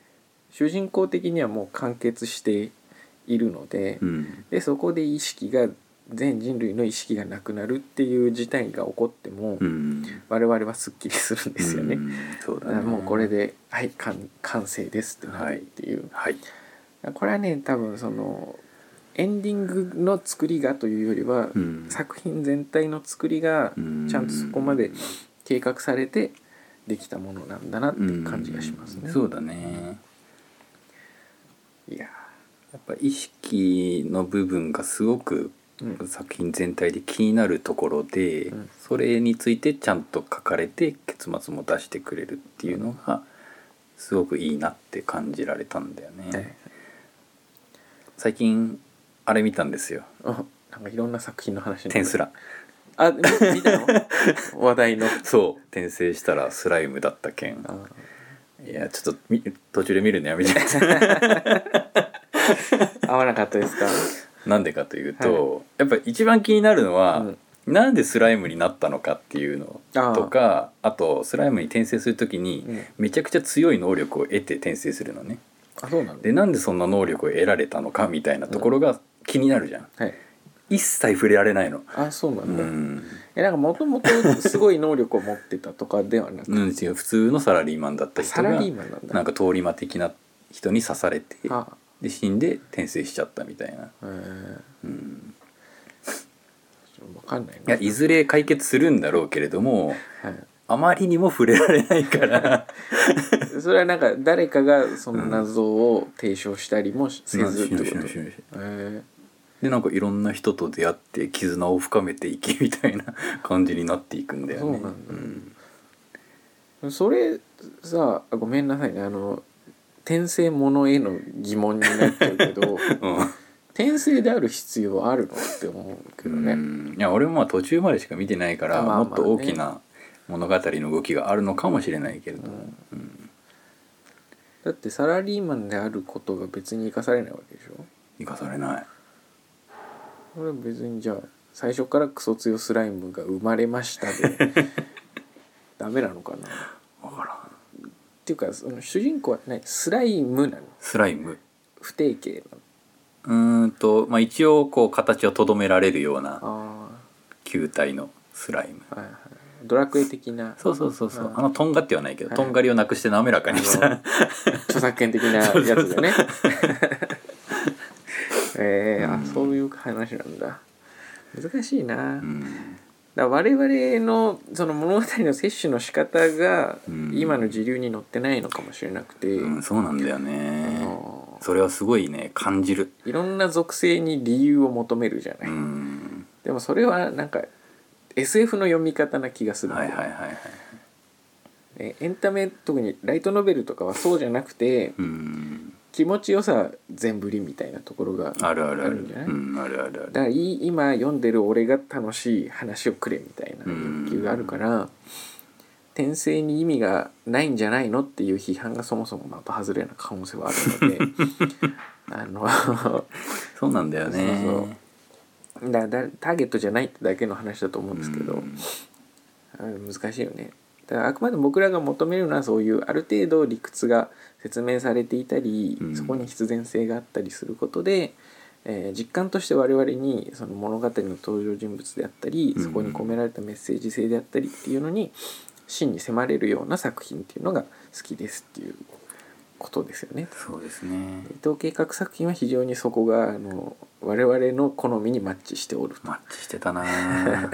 Speaker 2: 主人公的にはもう完結しているので,、
Speaker 1: うん
Speaker 2: でそこで意識が全人類の意識がなくなるっていう事態が起こっても、
Speaker 1: うん
Speaker 2: 我々はすっきりするんですよね、
Speaker 1: うんそうだ
Speaker 2: あ
Speaker 1: ね。
Speaker 2: もうこれ。で「はい完完成です」ってなるっていう、
Speaker 1: はい。
Speaker 2: これはね多分そのエンディングの作りがというよりは、
Speaker 1: うん
Speaker 2: 作品全体の作りがちゃんとそこまで計画されてできたものなんだなっていう感じがしますね。
Speaker 1: うんそうだね。
Speaker 2: いや
Speaker 1: やっぱ意識の部分がすごく
Speaker 2: ー、うん
Speaker 1: 作品全体で気になるところで、
Speaker 2: うん
Speaker 1: それについてちゃんと書かれて結末も出してくれるっていうのがすごくいいなって感じられたんだよね。
Speaker 2: はい
Speaker 1: 最近あれ見たんですよ。
Speaker 2: あなんかいろんな作品の話に
Speaker 1: テンスラ。
Speaker 2: あみ見たの 話題の
Speaker 1: そう転生したらスライムだったけん
Speaker 2: あー
Speaker 1: いやちょっとみ途中で見るのやめ ちゃった
Speaker 2: 合わなかったですか、
Speaker 1: なんでかというと、やっぱ一番気になるのは、
Speaker 2: うん
Speaker 1: なんでスライムになったのかっていうの
Speaker 2: あー
Speaker 1: とかあとスライムに転生する時に、
Speaker 2: うん
Speaker 1: めちゃくちゃ強い能力を得て転生するのね
Speaker 2: あそうなの
Speaker 1: でなんでそんな能力を得られたのかみたいなところが気になるじゃん、
Speaker 2: はい
Speaker 1: 一切触れられないの
Speaker 2: あそうな
Speaker 1: うん
Speaker 2: だ、
Speaker 1: ん、
Speaker 2: えなんかもともとすごい能力を持ってたとかではなく、
Speaker 1: うん、違う普通のサラリーマンだった
Speaker 2: サ
Speaker 1: 人
Speaker 2: ラ
Speaker 1: が
Speaker 2: リーマンなんだ
Speaker 1: なんか通り魔的な人に刺されて
Speaker 2: あ
Speaker 1: で死んで転生しちゃったみたいな、
Speaker 2: へー
Speaker 1: うん、
Speaker 2: わかんない
Speaker 1: いやいずれ解決するんだろうけれども
Speaker 2: はい、
Speaker 1: あまりにも触れられないから
Speaker 2: それはなんか誰かがその謎を提唱したりもしせずってこと、
Speaker 1: し
Speaker 2: へ
Speaker 1: よし
Speaker 2: え
Speaker 1: でなんかいろんな人と出会って絆を深めていきみたいな感じになっていくんだよね
Speaker 2: そうなんだそれさあごめんなさいねあの転生ものへの疑問になっちゃうけ ど
Speaker 1: うんうん
Speaker 2: 転生である必要あるのって思うけどね、
Speaker 1: うんいや俺もまあ途中までしか見てないから、
Speaker 2: まあまあね
Speaker 1: もっと大きな物語の動きがあるのかもしれないけれども、うん
Speaker 2: だってサラリーマンであることが別に生かされないわけでしょ
Speaker 1: 生かされない
Speaker 2: これは別にじゃあ最初からクソ強スライムが生まれましたでダメなのかなっ
Speaker 1: 分からん
Speaker 2: ていうかその主人公はねスライムなの
Speaker 1: スライム
Speaker 2: 不定形なの
Speaker 1: うーんと、まあ、一応こう形をとどめられるような
Speaker 2: あ
Speaker 1: 球体のスライム
Speaker 2: あはいはいドラクエ的な
Speaker 1: そうそうそうそう、
Speaker 2: うん
Speaker 1: あのとんがってはないけど、
Speaker 2: はい
Speaker 1: とんがりをなくして滑らかにした、
Speaker 2: あの著作権的なやつだよねえー、
Speaker 1: うん
Speaker 2: あそういう話なんだ難しいな、
Speaker 1: う
Speaker 2: だ
Speaker 1: ん、
Speaker 2: から我々のその物語の摂取の仕方が
Speaker 1: うん
Speaker 2: 今の時流に乗ってないのかもしれなくて、
Speaker 1: うん、そうなんだよ
Speaker 2: あ
Speaker 1: ね
Speaker 2: の
Speaker 1: それはすごいね感じる
Speaker 2: いろんな属性に理由を求めるじゃな
Speaker 1: う
Speaker 2: い、
Speaker 1: ん
Speaker 2: でもそれはなんか SF の読み方な気がするんだ
Speaker 1: はい
Speaker 2: よね、
Speaker 1: はいはいはい
Speaker 2: えエンタメ特にライトノベルとかはそうじゃなくて
Speaker 1: うん
Speaker 2: 気持ちよさ全振りみたいなところが
Speaker 1: あるあるあ
Speaker 2: あ
Speaker 1: る
Speaker 2: るんじゃない
Speaker 1: うん、あるあるある
Speaker 2: だからいい今読んでる俺が楽しい話をくれみたいな欲求があるから転生に意味がないんじゃないのっていう批判がそもそもまた外れな可能性はあるので あの
Speaker 1: そうなんだよね
Speaker 2: そうそうだだターゲットじゃないってだけの話だと思うんですけど、
Speaker 1: うん
Speaker 2: あ難しいよねだからあくまでも僕らが求めるのはそういうある程度理屈が説明されていたり、
Speaker 1: うん
Speaker 2: そこに必然性があったりすることで、えー実感として我々にその物語の登場人物であったり
Speaker 1: うん
Speaker 2: そこに込められたメッセージ性であったりっていうのに真に迫れるような作品っていうのが好きですっていうことですよね。
Speaker 1: そうですね
Speaker 2: 伊藤計画作品は非常にそこがあの我々の好みにマッチしておると。
Speaker 1: マッチしてたな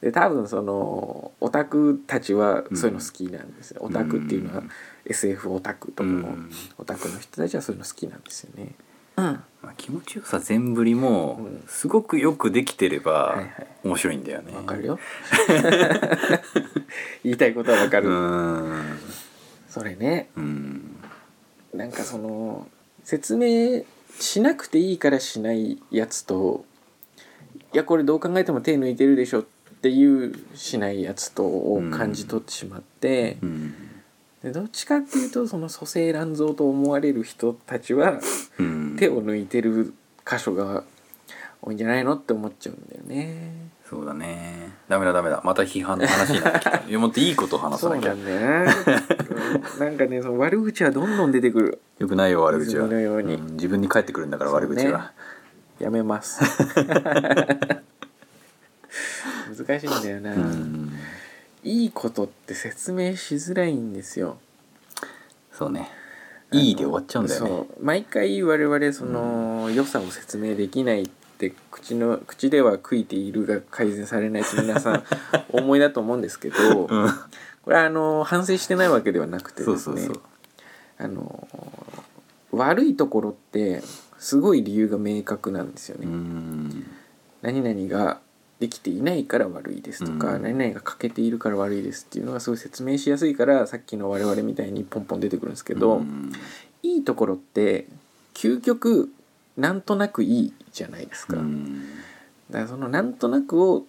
Speaker 2: で多分そのオタクたちはそういうの好きなんですよ、オタクっていうのは
Speaker 1: うん
Speaker 2: SF オタクと
Speaker 1: う
Speaker 2: か
Speaker 1: ん
Speaker 2: のオタクの人たちはそういうの好きなんですよね。うん、は
Speaker 1: まあ、気持ちよさ全振りも
Speaker 2: うん
Speaker 1: すごくよくできてれば
Speaker 2: いはい
Speaker 1: 面白いんだよね
Speaker 2: わかるよ 言いたいことはわか
Speaker 1: う
Speaker 2: る、
Speaker 1: ん
Speaker 2: それね
Speaker 1: うん
Speaker 2: なんかその説明しなくていいからしないやつといやこれどう考えても手抜いてるでしょっていうしないやつとを感じ取ってしまって。
Speaker 1: うん
Speaker 2: でどっちかっていうとその蘇生乱造と思われる人たちは
Speaker 1: うん
Speaker 2: 手を抜いてる箇所が多いんじゃないのって思っちゃうんだよね。
Speaker 1: そうだねダメだダメだまた批判の話になってきたいやもっといいことを話
Speaker 2: そ
Speaker 1: さ
Speaker 2: う
Speaker 1: なき
Speaker 2: な
Speaker 1: ゃ
Speaker 2: んだよな。うんなんかねその悪口はどんどん出てくる。
Speaker 1: よくないよ悪口は
Speaker 2: 泉のように
Speaker 1: ん自分に返ってくるんだから悪口
Speaker 2: そうね
Speaker 1: は、
Speaker 2: や めます。難しいんだよな、
Speaker 1: うん
Speaker 2: いいことって説明しづらいんですよ。
Speaker 1: そうねいいで終わっちゃうんだよね
Speaker 2: そう毎回我々その、良さを説明できないって口の口では悔いているが改善されないと皆さ んお思いだと思うんですけど、
Speaker 1: う
Speaker 2: これはあの反省してないわけではなくて
Speaker 1: んそ
Speaker 2: で
Speaker 1: う
Speaker 2: す
Speaker 1: そう
Speaker 2: ね
Speaker 1: そう
Speaker 2: あの悪いところってすごい理由が明確なんですよね。
Speaker 1: うん
Speaker 2: 何々ができていないから悪いですとか、
Speaker 1: うん
Speaker 2: 何々が欠けているから悪いですっていうのがすごい説明しやすいからさっきの我々みたいにポンポン出てくるんですけど。
Speaker 1: うん
Speaker 2: いいところって究極なんとなくいいじゃないです
Speaker 1: う
Speaker 2: か、だ
Speaker 1: ん
Speaker 2: からそのなんとなくを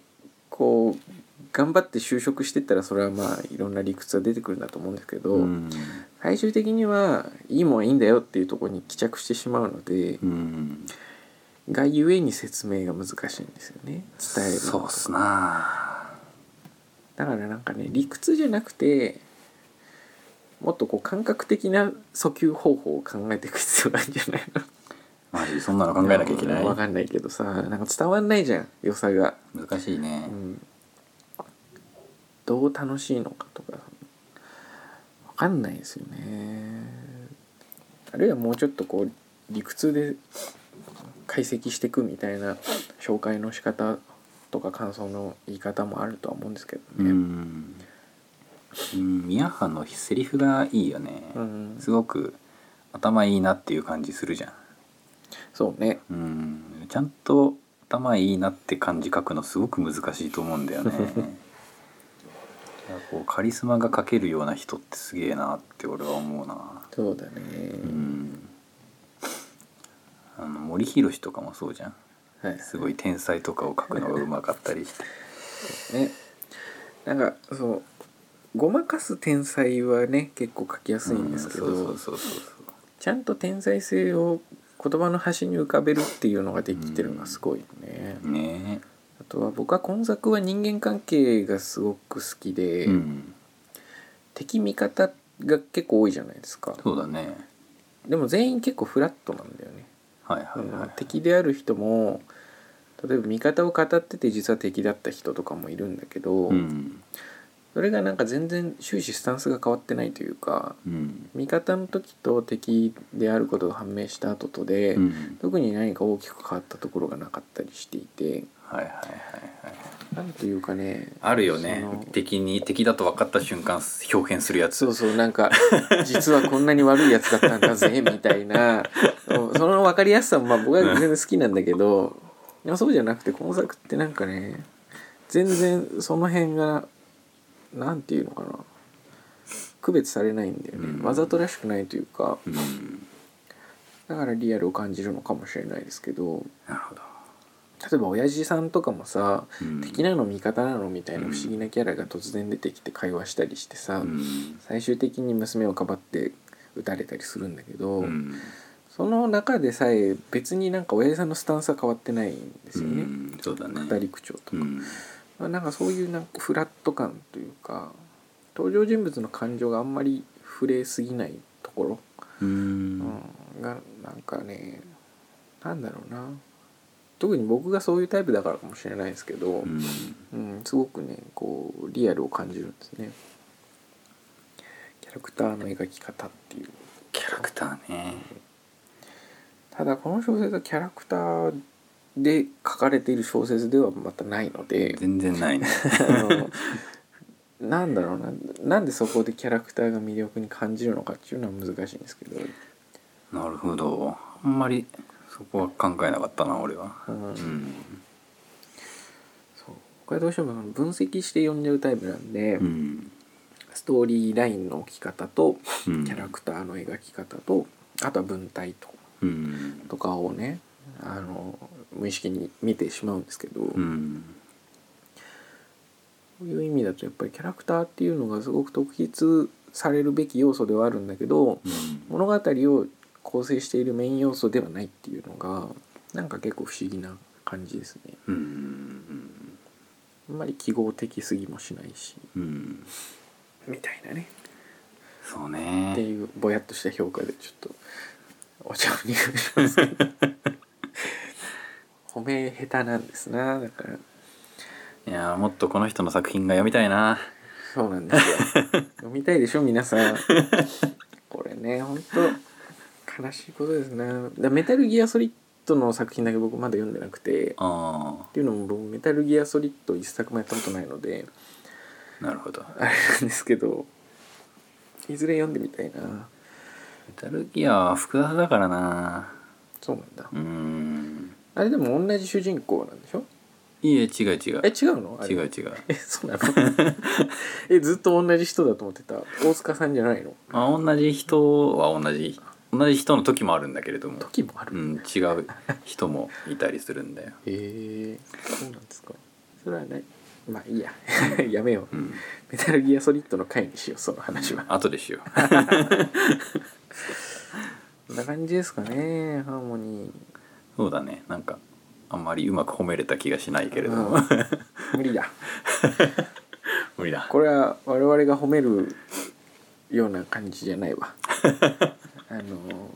Speaker 2: こう頑張って就職してったらそれはまあいろんな理屈が出てくるんだと思うんですけど、
Speaker 1: うん
Speaker 2: 最終的にはいいもんはいいんだよっていうところに帰着してしまうので、
Speaker 1: うん
Speaker 2: がゆえに説明が難しいんですよね伝える
Speaker 1: そうっすな
Speaker 2: だからなんかね理屈じゃなくてもっとこう感覚的な訴求方法を考えていく必要があるんじゃないの
Speaker 1: マジそんなの考えなきゃいけない
Speaker 2: わかんないけどさなんか伝わんないじゃん良さが、
Speaker 1: 難しいうね
Speaker 2: ん、どう楽しいのかとかわかんないですよねあるいはもうちょっとこう理屈で解析していくみたいな紹介の仕方とか感想の言い方もあるとは思うんですけど
Speaker 1: う
Speaker 2: ね、
Speaker 1: んうん宮ハのセリフがいいよね
Speaker 2: うん
Speaker 1: すごく頭いいなっていう感じするじゃん
Speaker 2: そうね
Speaker 1: うんちゃんと頭いいなって感じ書くのすごく難しいと思うんだよ ね。いやこうカリスマが書けるような人ってすげえなって俺は思うな。
Speaker 2: そうだね、
Speaker 1: うん。あの森博とかもそうじゃん。
Speaker 2: はい
Speaker 1: すごい天才とかを書くのがうまかったりして。
Speaker 2: ねなんかそうごまかす天才はね結構書きやすいんですけど、
Speaker 1: うんそうそうそうそうそう。
Speaker 2: ちゃんと天才性を言葉の端に浮かべるっていうのができてるのがすごいよね、
Speaker 1: ね
Speaker 2: あとは僕は今作は人間関係がすごく好き
Speaker 1: え。
Speaker 2: で、
Speaker 1: うん。
Speaker 2: 敵味方が結構多いじゃないですか
Speaker 1: そうだね。
Speaker 2: でも全員結構フラットなんだよね、
Speaker 1: はいはいはい。
Speaker 2: 敵である人も例えば味方を語ってて実は敵だった人とかもいるんだけど、
Speaker 1: うん
Speaker 2: それがなんか全然終始スタンスが変わってないというか
Speaker 1: うん
Speaker 2: 味方の時と敵であることが判明した後とで、
Speaker 1: うん
Speaker 2: 特に何か大きく変わったところがなかったりしていて
Speaker 1: はいはいはいはい
Speaker 2: なんていうかね
Speaker 1: あるよね
Speaker 2: その
Speaker 1: 敵に敵だと分かった瞬間表現するやつ
Speaker 2: そうそうな んか実はこんなに悪いやつだったんだぜみたいなその分かりやすさもまあ僕は全然好きなんだけどいやそうじゃなくてこの作ってなんかね全然その辺がなんていうのかな区別されないんだよね、
Speaker 1: うん
Speaker 2: わざとらしくないというか
Speaker 1: うん
Speaker 2: だからリアルを感じるのかもしれないですけど
Speaker 1: なるほど、
Speaker 2: 例えば親父さんとかもさ
Speaker 1: うん、
Speaker 2: 敵なの味方なのみたいな不思議なキャラが突然出てきて会話したりしてさ、
Speaker 1: うん
Speaker 2: 最終的に娘をかばって撃たれたりするんだけど、
Speaker 1: うん
Speaker 2: その中でさえ別になんか親父さんのスタンスは変わってないんですよ
Speaker 1: う
Speaker 2: ね、
Speaker 1: んそうだね
Speaker 2: 語り口調と
Speaker 1: う、
Speaker 2: か
Speaker 1: ん
Speaker 2: まあなんかそういうなんかフラット感というか登場人物の感情があんまり触れすぎないところ、
Speaker 1: う
Speaker 2: うん
Speaker 1: ん
Speaker 2: がなんかねなんだろうな特に僕がそういうタイプだからかもしれないですけど、
Speaker 1: うん
Speaker 2: うん、すごくねこうリアルを感じるんですねキャラクターの描き方っていう
Speaker 1: キャラクターね
Speaker 2: ただこの小説はキャラクターで書かれている小説ではまたないので
Speaker 1: 全然ない ね
Speaker 2: あのなんだろうななんでそこでキャラクターが魅力に感じるのかっていうのは難しいんですけど、
Speaker 1: なるほどあんまりそこは考えなかったな俺は
Speaker 2: うん
Speaker 1: うん
Speaker 2: そう僕はどうしてもその分析して読んじゃうタイプなんで、
Speaker 1: うん
Speaker 2: ストーリーラインの置き方と
Speaker 1: キ
Speaker 2: キャラクターの描き方とあとは文体と。
Speaker 1: うん
Speaker 2: とかをねあの無意識に見てしまうんですけど、
Speaker 1: う
Speaker 2: こ
Speaker 1: ん
Speaker 2: ういう意味だとやっぱりキャラクターっていうのがすごく特筆されるべき要素ではあるんだけど
Speaker 1: うん
Speaker 2: 物語を構成しているメイン要素ではないっていうのがなんか結構不思議な感じですね。
Speaker 1: うん
Speaker 2: あんまり記号的すぎもしないし
Speaker 1: うん
Speaker 2: みたいなね
Speaker 1: そう
Speaker 2: って
Speaker 1: ね
Speaker 2: いうぼやっとした評価でちょっとお茶を入手しますけ ど 褒め下手なんですなだから。
Speaker 1: いやーもっとこの人の作品が読みたいな
Speaker 2: そうなんで すよ飲みたいでしょ皆さんこれね本当悲しいことですねだメタルギアソリッドの作品だけ僕まだ読んでなくてっ
Speaker 1: あ
Speaker 2: ていうのも僕メタルギアソリッド一作もやったことないので
Speaker 1: ーなるほど
Speaker 2: あれなんですけどいずれ読んでみたいな
Speaker 1: メタルギアは複雑だからな
Speaker 2: そうなんだ
Speaker 1: うん
Speaker 2: あれでも同じ主人公なんでしょ
Speaker 1: いいえ違う違う
Speaker 2: え違うのあれ
Speaker 1: 違う違う
Speaker 2: えそうなの えずっと同じ人だと思ってた大塚さんじゃないの
Speaker 1: まあ同じ人は同じ同じ人の時もあるんだけれども
Speaker 2: 時もあ
Speaker 1: う
Speaker 2: る
Speaker 1: ん、違う人もいたりするんだよ。
Speaker 2: へえそうなんですかそれはねまあいいや やめよう
Speaker 1: うん、
Speaker 2: メタルギアソリッドの回にしようその話は
Speaker 1: 後でしよ
Speaker 2: こんな感じですかねハーモニー
Speaker 1: う。そうだね、なんかあんまりうまく褒めれた気がしないけれども、
Speaker 2: うん無理だ
Speaker 1: 無理だ。
Speaker 2: これは我々が褒めるような感じじゃない わあの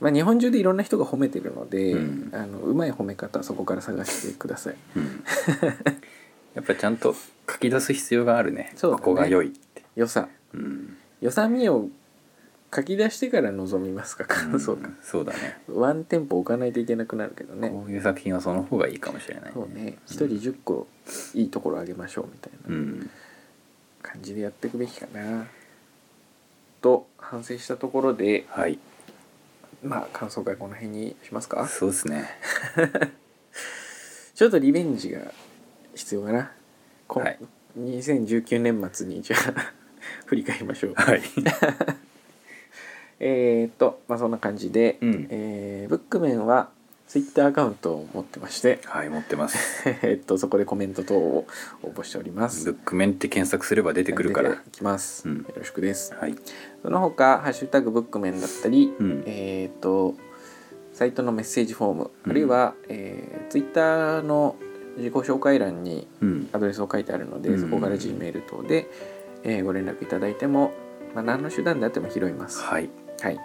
Speaker 2: まあ日本中でいろんな人が褒めてるので、
Speaker 1: うん
Speaker 2: あのうまい褒め方そこから探してください
Speaker 1: うん、やっぱちゃんと書き出す必要があるね。
Speaker 2: そうだ
Speaker 1: ここ
Speaker 2: ね
Speaker 1: が良いって。
Speaker 2: 良さ
Speaker 1: うん、
Speaker 2: 良さみを書き出してから望みますか感想か
Speaker 1: ん、そうだね
Speaker 2: ワンテンポ置かないといけなくなるけどね
Speaker 1: こういう作品はその方がいいかもしれない、
Speaker 2: そうね一人10個いいところあげましょうみたいな
Speaker 1: うん。
Speaker 2: 感じでやっていくべきかなと反省したところで
Speaker 1: はい。
Speaker 2: まあ感想会この辺にしますか
Speaker 1: そうです ね。
Speaker 2: ちょっとリベンジが必要かなこん
Speaker 1: はい
Speaker 2: 2019年末にじゃあ 振り返りましょう
Speaker 1: はい。
Speaker 2: えーっとまあそんな感じで、
Speaker 1: うん
Speaker 2: えーブックメンはツイッターアカウントを持ってまして、
Speaker 1: はい、持ってます。
Speaker 2: えーっとそこでコメント等を応募しておりま す
Speaker 1: ブックメンって検索すれば出てくるから。
Speaker 2: きます、
Speaker 1: うん
Speaker 2: よろしくです
Speaker 1: はい。
Speaker 2: その他ハッシュタグブックメンだったり、
Speaker 1: うん
Speaker 2: えっ、とサイトのメッセージフォーム、
Speaker 1: うん
Speaker 2: あるいは、えツイッター Twitter の自己紹介欄に
Speaker 1: うん。
Speaker 2: アドレスを書いてあるので、
Speaker 1: うん
Speaker 2: そこから G メール等で、えーご連絡いただいても、まあ、何の手段であっても拾います。
Speaker 1: はい。
Speaker 2: はい、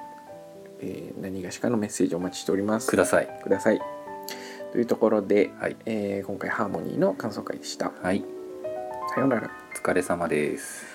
Speaker 2: えー何がしかのメッセージお待ちしております。
Speaker 1: ください。
Speaker 2: ください。というところで、
Speaker 1: はい
Speaker 2: えー今回ハーモニーの感想会でした
Speaker 1: はい
Speaker 2: さようなら
Speaker 1: お疲れ様です